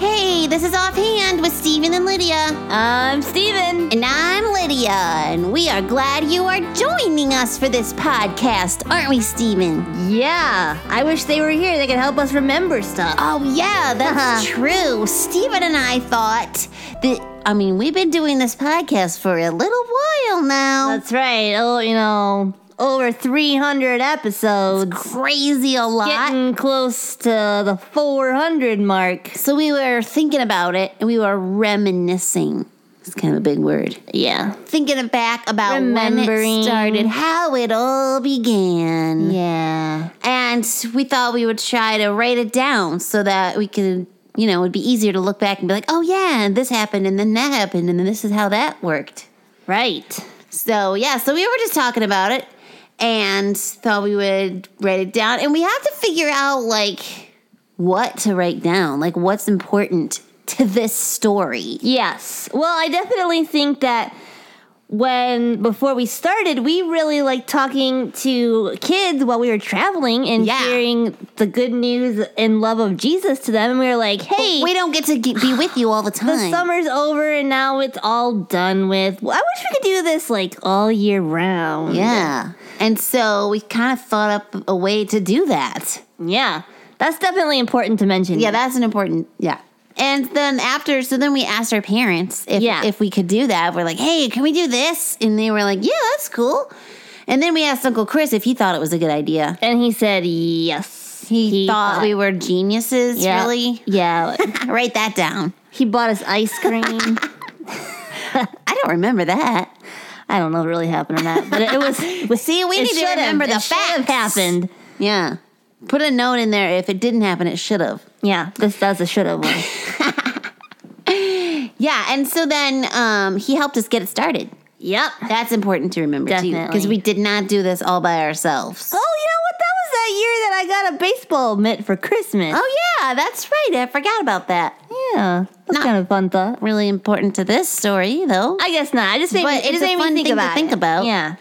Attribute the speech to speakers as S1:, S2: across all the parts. S1: this is Offhand with Steven and Lydia.
S2: I'm Steven.
S1: And I'm Lydia, and we are glad you are joining us for this podcast, aren't we, Steven?
S2: Yeah, I wish they were here. They could help us remember stuff.
S1: Oh, yeah, that's
S2: Uh-huh.
S1: true. Steven and I thought that, I mean, we've been doing this podcast for a little while now.
S2: That's right. Oh, you know, over 300 episodes.
S1: crazy a lot.
S2: Getting close to the 400 mark.
S1: So we were thinking about it and we were reminiscing. It's kind of a big word.
S2: Yeah.
S1: Thinking back about when it
S2: Remembering.
S1: started, how it all began.
S2: Yeah.
S1: And we thought we would try to write it down so that we could, you know, it'd be easier to look back and be like, oh yeah, and this happened and then that happened and then this is how that worked.
S2: Right.
S1: So yeah, so we were just talking about it and thought we would write it down. And we have to figure out like what to write down, like what's important to this story.
S2: Yes. Well, I definitely think that when before we started, we really liked talking to kids while we were traveling and
S1: Yeah.
S2: sharing the good news and love of Jesus to them. And we were like, hey,
S1: We don't get to ge- be with you all the
S2: the
S1: time.
S2: summer's over and now it's all done with. Well, I wish we could do this like all year round.
S1: yeah. And so we kind of thought up a way to do that.
S2: Yeah. That's definitely important to mention.
S1: Yeah, that's an important yeah. And then after, so then we asked our parents if
S2: Yeah.
S1: if we could do that. We're like, hey, can we do this? And they were like, yeah, that's cool. And then we asked Uncle Chris if he thought it was a good idea.
S2: and he said yes.
S1: He, thought, we were geniuses,
S2: yeah,
S1: really?
S2: Yeah.
S1: Write that down.
S2: he bought us ice cream.
S1: I don't remember that.
S2: I don't know what really happened or not, but it was.
S1: Well, see, we
S2: it
S1: need to
S2: should've-
S1: remember the
S2: it should've
S1: facts.
S2: happened.
S1: Yeah. Put a note in there. If it didn't happen, it should have.
S2: Yeah, this that's a should have one.
S1: Yeah. And so then um, he helped us get it started.
S2: yep.
S1: That's important to remember, too. Because
S2: Definitely.
S1: we did not do this all by ourselves.
S2: Oh, you know what? That was that year that I got a baseball mitt for Christmas.
S1: Oh, yeah. That's right. I forgot about that.
S2: yeah, that's
S1: Oh. Not-
S2: kind of a fun thought.
S1: Really important to this story, though.
S2: I guess not. I just made
S1: But
S2: me,
S1: it's
S2: it just
S1: a
S2: made me
S1: fun
S2: think
S1: thing to
S2: about.
S1: think
S2: it.
S1: about.
S2: Yeah.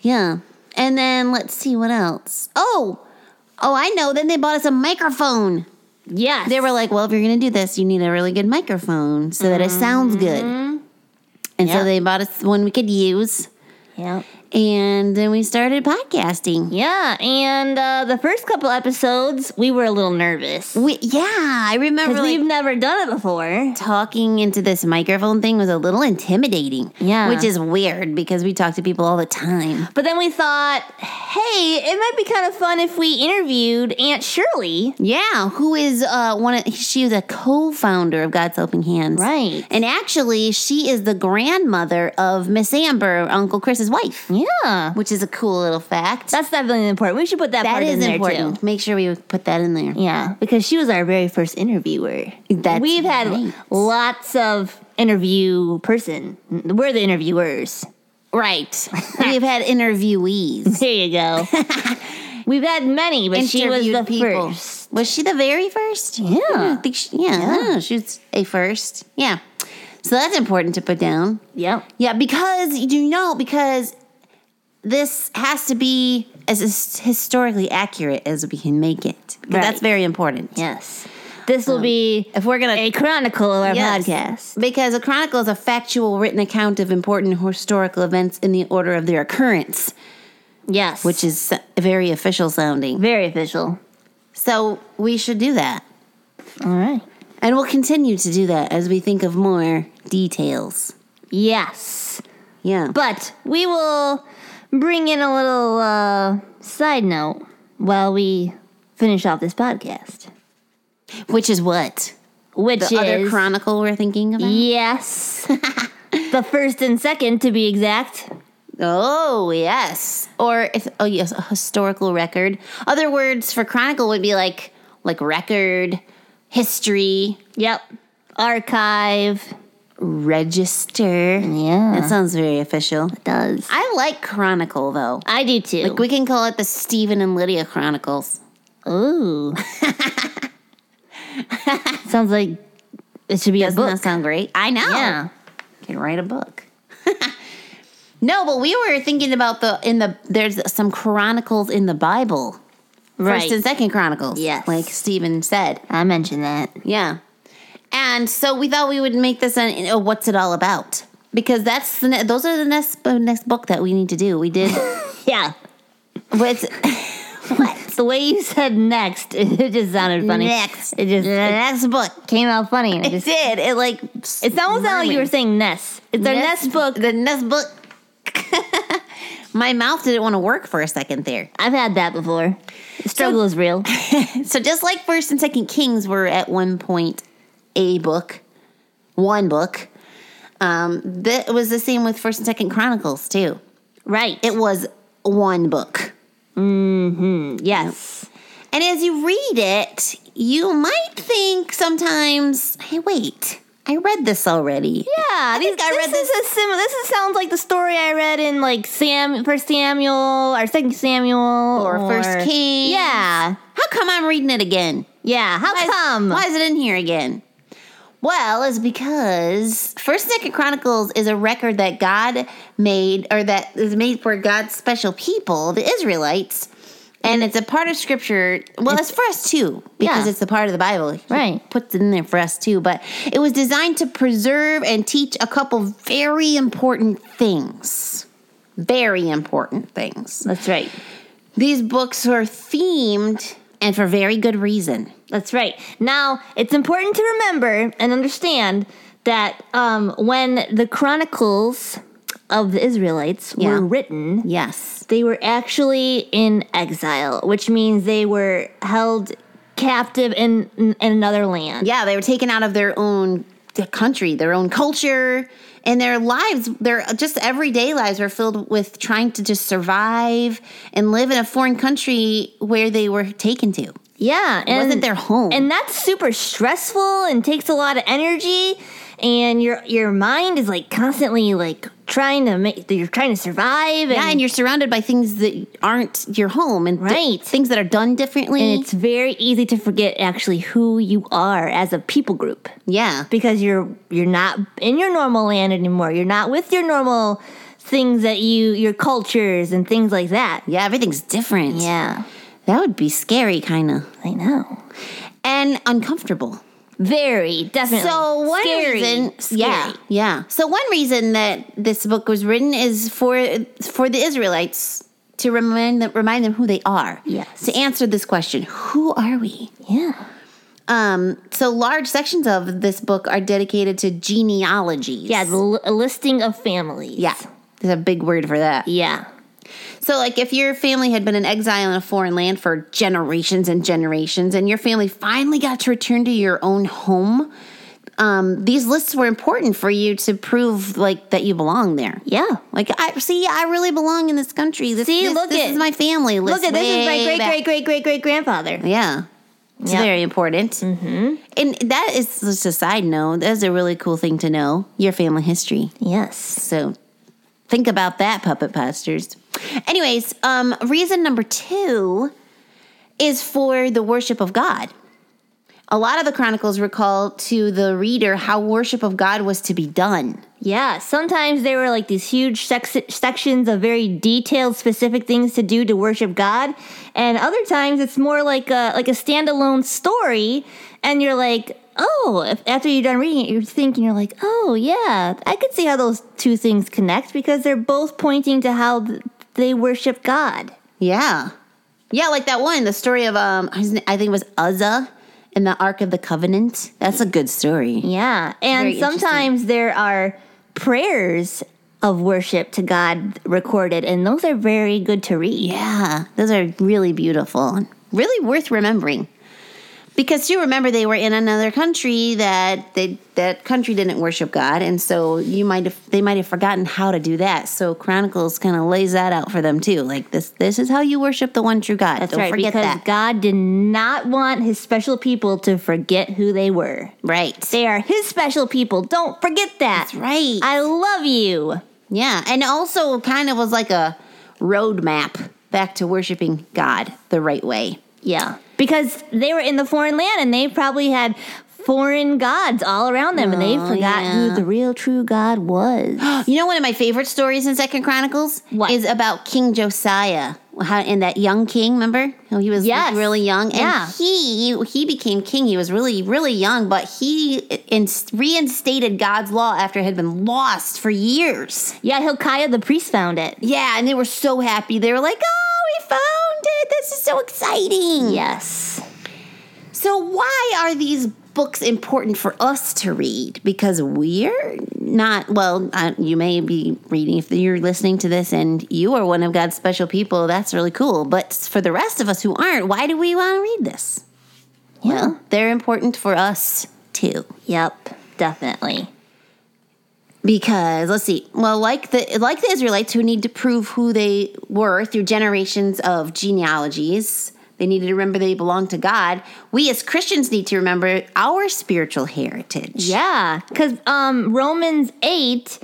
S1: Yeah. And then let's see what else. Oh, oh, I know. Then they bought us a microphone.
S2: Yes.
S1: They were like, well, if you're going to do this, you need a really good microphone so that it sounds good. And so
S2: Mm-hmm. Yeah.
S1: they bought us one we could use.
S2: Yeah.
S1: And then we started podcasting.
S2: Yeah, and uh, the first couple episodes, we were a little nervous
S1: We, yeah, I remember
S2: because
S1: like,
S2: we've never done it before.
S1: talking into this microphone thing was a little intimidating.
S2: Yeah.
S1: Which is weird because we talk to people all the time.
S2: But then we thought, hey, it might be kind of fun if we interviewed Aunt Shirley.
S1: Yeah, who is uh, one of, she was a co founder of God's Helping Hands.
S2: Right.
S1: And actually, she is the grandmother of Miss Amber, Uncle Chris's wife,
S2: Yeah.
S1: which is a cool little fact.
S2: That's definitely important. We should put that,
S1: That
S2: part
S1: is
S2: in there
S1: important.
S2: too.
S1: Make sure we put that in there.
S2: Yeah, because she was our very first interviewer.
S1: That's
S2: We've had
S1: right.
S2: lots of interview person. We're the interviewers.
S1: Right. We've had interviewees.
S2: There you go. We've had many, but she was the
S1: Interviewed people.
S2: first.
S1: Was she the very first? Yeah. I think she, yeah, I don't know. she was a first. Yeah. So that's important to put down.
S2: Yep.
S1: Yeah, because you know, because this has to be as his- historically accurate as we can make it. But
S2: Right.
S1: That's very important.
S2: Yes. This will be
S1: Um, If we're gonna
S2: a chronicle of our
S1: Yes,
S2: podcast.
S1: Because a chronicle is a factual written account of important historical events in the order of their occurrence,
S2: Yes.
S1: which is very official sounding.
S2: very official.
S1: So we should do that.
S2: All right.
S1: And we'll continue to do that as we think of more details.
S2: Yes.
S1: Yeah.
S2: But we will bring in a little uh, side note while we finish off this podcast,
S1: Which is what?
S2: which
S1: The
S2: is
S1: other chronicle we're thinking about?
S2: yes, the first and second to be exact.
S1: Oh, yes. Or if oh yes, a historical record. Other words for chronicle would be like like record, history,
S2: Yep, archive.
S1: register.
S2: Yeah,
S1: That sounds very official.
S2: it does.
S1: I like Chronicle though.
S2: I do too.
S1: Like we can call it the Stephen and Lydia Chronicles.
S2: Ooh, sounds like it should be
S1: Doesn't
S2: a book.
S1: that sound great? I know.
S2: Yeah.
S1: Can write a book. no, but we were thinking about the in the there's some chronicles in the Bible. First
S2: Right.
S1: and second chronicles.
S2: Yes.
S1: Like Stephen said.
S2: I mentioned that.
S1: Yeah. And so we thought we would make this an, a what's it all about because that's the ne- those are the next uh, next book that we need to do. We did
S2: Yeah.
S1: with
S2: What? the way you said next, it just sounded funny.
S1: next
S2: It just
S1: the
S2: it
S1: next book.
S2: came out funny. And it,
S1: It
S2: just,
S1: did it like
S2: it almost sounded like you were saying Ness. It's our Ness book.
S1: The next book. My mouth didn't want to work for a second there.
S2: I've had that before. The struggle is real.
S1: So just like First and Second Kings were at one point a book, one book. Um, that was the same with First and Second Chronicles too.
S2: Right.
S1: It was one book.
S2: yes.
S1: And as you read it, you might think sometimes, hey, wait, I read this already.
S2: Yeah, I
S1: think I read
S2: this. Is a sim- this is, sounds like the story I read in like Sam First Samuel or Second Samuel
S1: Or First Kings.
S2: Yeah,
S1: How come I'm reading it again?
S2: yeah. How
S1: Why is-
S2: come?
S1: Why is it in here again? Well, it's because First and Second Chronicles is a record that God made, or that is made for God's special people, the Israelites, and it's a part of Scripture. Well, it's, for us too, because
S2: Yeah.
S1: it's a part of the Bible. He
S2: Right.
S1: puts it in there for us too. But it was designed to preserve and teach a couple very important things. Very important things.
S2: That's right.
S1: These books were themed, and for very good reason.
S2: That's right. Now, it's important to remember and understand that um, when the chronicles of the Israelites
S1: Yeah.
S2: were written,
S1: Yes.
S2: they were actually in exile, which means they were held captive in, in another land.
S1: Yeah, they were taken out of their own their country, their own culture, and their lives, their just everyday lives were filled with trying to just survive and live in a foreign country where they were taken to.
S2: Yeah, and
S1: wasn't their home.
S2: and that's super stressful and takes a lot of energy, and your your mind is like constantly like trying to make you're trying to survive, and,
S1: Yeah, and you're surrounded by things that aren't your home and th-
S2: Right.
S1: things that are done differently.
S2: and it's very easy to forget actually who you are as a people group
S1: yeah.
S2: because you're you're not in your normal land anymore. You're not with your normal things that you your cultures and things like that.
S1: Yeah, everything's different.
S2: Yeah,
S1: That would be scary kind of
S2: I know.
S1: and uncomfortable.
S2: Very definitely.
S1: So one
S2: Scary.
S1: reason,
S2: Scary.
S1: yeah, yeah. So one reason that this book was written is for for the Israelites to remind them, remind them who they are.
S2: Yes.
S1: To answer this question, who are we?
S2: yeah.
S1: Um. So large sections of this book are dedicated to genealogies.
S2: Yeah, the l- a listing of families.
S1: Yeah. There's a big word for that.
S2: Yeah.
S1: So, like, if your family had been in exile in a foreign land for generations and generations, and your family finally got to return to your own home, um, these lists were important for you to prove, like, that you belong there.
S2: Yeah.
S1: Like, I see, I really belong in this country. This,
S2: See,
S1: this,
S2: look
S1: this
S2: at-
S1: is my family.
S2: Look at this is my great great great great great grandfather.
S1: Yeah. It's
S2: Yeah.
S1: very important. Mm-hmm. And that is just a side note. That's a really cool thing to know your family history.
S2: Yes.
S1: So think about that, puppet pastors. Anyways, um, reason number two is for the worship of God. A lot of the chronicles recall to the reader how worship of God was to be done.
S2: Yeah. Sometimes there were like these huge sex- sections of very detailed, specific things to do to worship God, and other times it's more like a like a standalone story, and you're like. Oh, if, after you're done reading it, you're thinking, you're like, oh, yeah, I could see how those two things connect because they're both pointing to how th- they worship God.
S1: Yeah, yeah, like that one, the story of um, his, I think it was Uzzah and the Ark of the Covenant. That's a good story.
S2: Yeah. And
S1: Very interesting.
S2: sometimes there are prayers of worship to God recorded, and those are very good to read.
S1: Yeah, those are really beautiful and really worth remembering. Because you remember they were in another country that they that country didn't worship God, and so you might have they might have forgotten how to do that. So Chronicles kind of lays that out for them too. Like this, this is how you worship the one true God.
S2: That's
S1: Don't
S2: right,
S1: forget
S2: because
S1: that.
S2: God did not want his special people to forget who they were.
S1: right.
S2: They are his special people. Don't forget that.
S1: That's right.
S2: I love you.
S1: yeah, and also kind of was like a roadmap back to worshiping God the right way.
S2: Yeah. Because they were in the foreign land and they probably had foreign gods all around them and they
S1: Oh,
S2: forgot
S1: yeah.
S2: who the real true God was.
S1: You know, one of my favorite stories in Second Chronicles
S2: What?
S1: is about King Josiah how and that young king, remember? How he was like,
S2: Yes.
S1: really young, and
S2: Yeah.
S1: he he became king. He was really really young, but he in, reinstated God's law after it had been lost for years.
S2: Yeah, Hilkiah the priest found it.
S1: Yeah, and they were so happy. They were like, "Oh, we found it! This is so exciting!"
S2: Yes.
S1: So why are these books important for us to read? Because we're not. Well, uh, you may be reading if you're listening to this, and you are one of God's special people. That's really cool. But for the rest of us who aren't, why do we want to read this? Well, they're important for us too.
S2: Yep, definitely.
S1: because let's see well like the like the israelites who need to prove who they were through generations of genealogies they needed to remember they belonged to god we as christians need to remember our spiritual heritage
S2: Yeah, because um, Romans 8,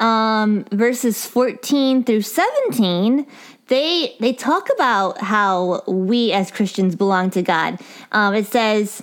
S2: um, verses 14 through 17, they, they talk about how we as Christians belong to God. Um, it says,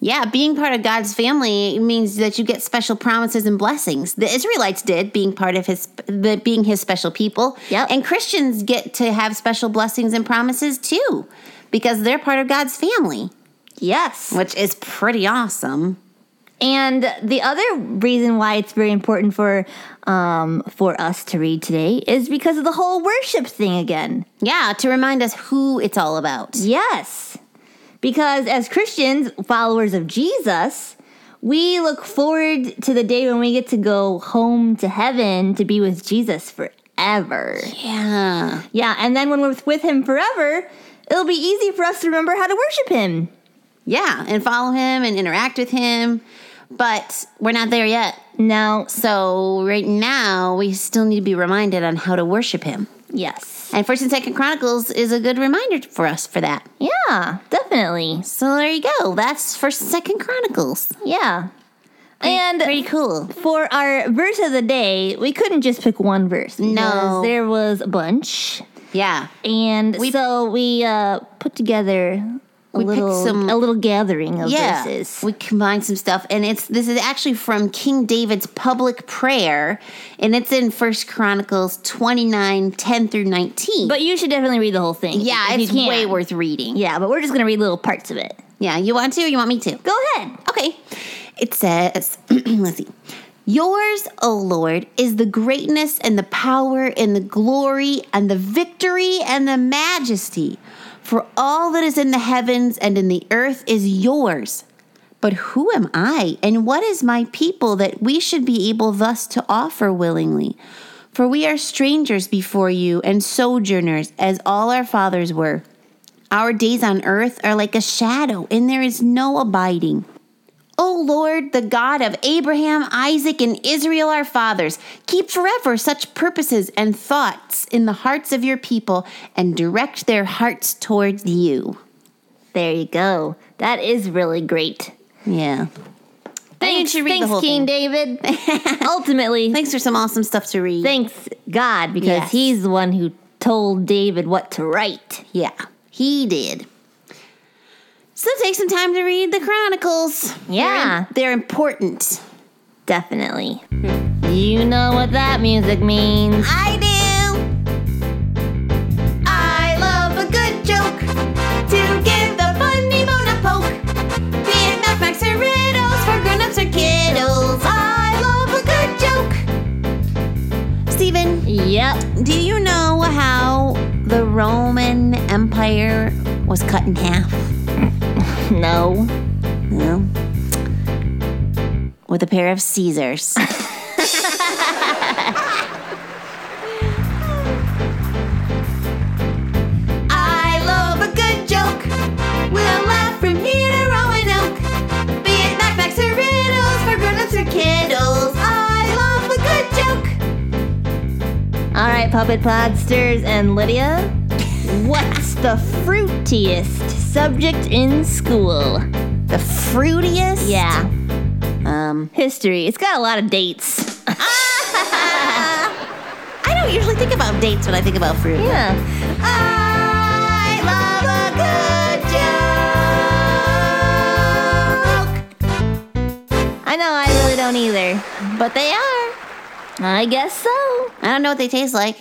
S1: yeah being part of god's family means that you get special promises and blessings the israelites did being part of his the, being his special people
S2: Yep.
S1: and christians get to have special blessings and promises too because they're part of god's family
S2: Yes.
S1: which is pretty awesome
S2: And the other reason why it's very important for um, for us to read today is because of the whole worship thing again.
S1: Yeah, to remind us who it's all about.
S2: Yes. Because as Christians, followers of Jesus, we look forward to the day when we get to go home to heaven to be with Jesus forever.
S1: Yeah.
S2: Yeah, and then when we're with him forever, it'll be easy for us to remember how to worship him.
S1: Yeah, and follow him and interact with him. But we're not there yet.
S2: Now,
S1: So right now, we still need to be reminded on how to worship him.
S2: yes.
S1: And First and Second Chronicles is a good reminder for us for that.
S2: Yeah, definitely.
S1: So there you go. That's First and Second Chronicles.
S2: Yeah. And
S1: Pretty cool.
S2: for our verse of the day, we couldn't just pick one verse. because There was a bunch.
S1: Yeah.
S2: And so we uh, put together a
S1: We picked
S2: little
S1: some-
S2: a little gathering of
S1: Yeah.
S2: verses.
S1: We combined some stuff and it's this is actually from King David's public prayer and it's in First Chronicles 29 10 through 19.
S2: But you should definitely read the whole thing.
S1: Yeah,
S2: if you
S1: it's
S2: can.
S1: way worth reading.
S2: Yeah, but we're just gonna read little parts of it.
S1: Yeah, you want to or you want me to?
S2: Go ahead.
S1: Okay. It says, let's see. Yours, O Lord, is the greatness and the power and the glory and the victory and the majesty. For all that is in the heavens and in the earth is yours. But who am I and what is my people that we should be able thus to offer willingly? For we are strangers before you and sojourners, as all our fathers were. Our days on earth are like a shadow, and there is no abiding. O Lord, the God of Abraham, Isaac, and Israel, our fathers, keep forever such purposes and thoughts in the hearts of your people and direct their hearts towards you.
S2: There you go. That is really great.
S1: Yeah.
S2: Thanks,
S1: should read the
S2: thanks,
S1: whole
S2: King David. Ultimately,
S1: Thanks for some awesome stuff to read.
S2: thanks God because
S1: Yes.
S2: he's the one who told David what to write.
S1: yeah, he did. So take some time to read the Chronicles.
S2: Yeah.
S1: They're important.
S2: Definitely. You know what that music means.
S1: I do. I love a good joke to give the funny bone a poke. Be it mathematics or riddles for grown-ups or kiddos. I love a good joke. Steven,
S2: Yep.
S1: do you know how the Roman Empire was cut in half?
S2: No.
S1: No. With a pair of Caesars. I love a good joke. We'll laugh from here to Roanoke. Be it knockbacks or riddles for grown-ups or kiddos. I love a good joke.
S2: All right, puppet podsters and Lydia. What the fruitiest subject in school?
S1: The fruitiest?
S2: Yeah,
S1: Um,
S2: history. It's got a lot of dates.
S1: I don't usually think about dates when I think about fruit.
S2: Yeah.
S1: I love a good joke.
S2: I know I really don't either, but they are. I guess so.
S1: I don't know what they taste like.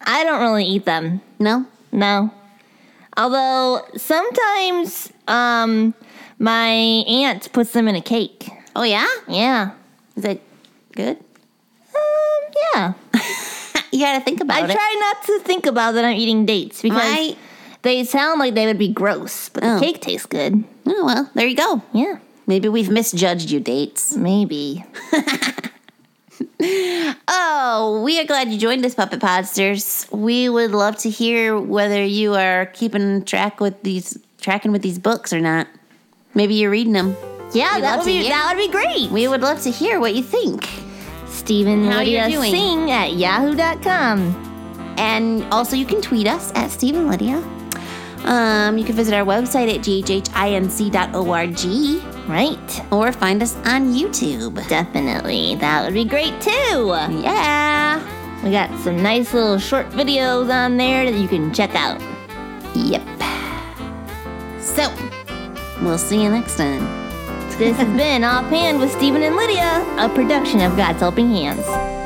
S2: I don't really eat them.
S1: No?
S2: No. Although sometimes um my aunt puts them in a cake.
S1: Oh, yeah?
S2: Yeah.
S1: Is it good?
S2: Um yeah.
S1: You gotta think about
S2: I
S1: it.
S2: try not to think about that I'm eating dates because
S1: My,
S2: they sound like they would be gross, but
S1: Oh.
S2: the cake tastes good.
S1: oh, well, there you go.
S2: Yeah.
S1: Maybe we've misjudged you, dates.
S2: Maybe.
S1: Oh, we are glad you joined us, Puppet Podsters. We would love to hear whether you are keeping track with these, tracking with these books or not. Maybe you're reading them.
S2: Yeah,
S1: We'd
S2: that
S1: love
S2: would
S1: to
S2: be
S1: hear.
S2: that would be great.
S1: We would love to hear what you think.
S2: Steven
S1: How
S2: Lydia
S1: you're doing.
S2: Sing at yahoo.com.
S1: And also, you can tweet us at Steve and Lydia. Um, you can visit our website at ghhinc.org
S2: Right.
S1: or find us on YouTube.
S2: Definitely. That would be great too.
S1: Yeah.
S2: We got some nice little short videos on there that you can check out.
S1: Yep. So, we'll see you next time.
S2: This has been Offhand with Stephen and Lydia, a production of God's Helping Hands.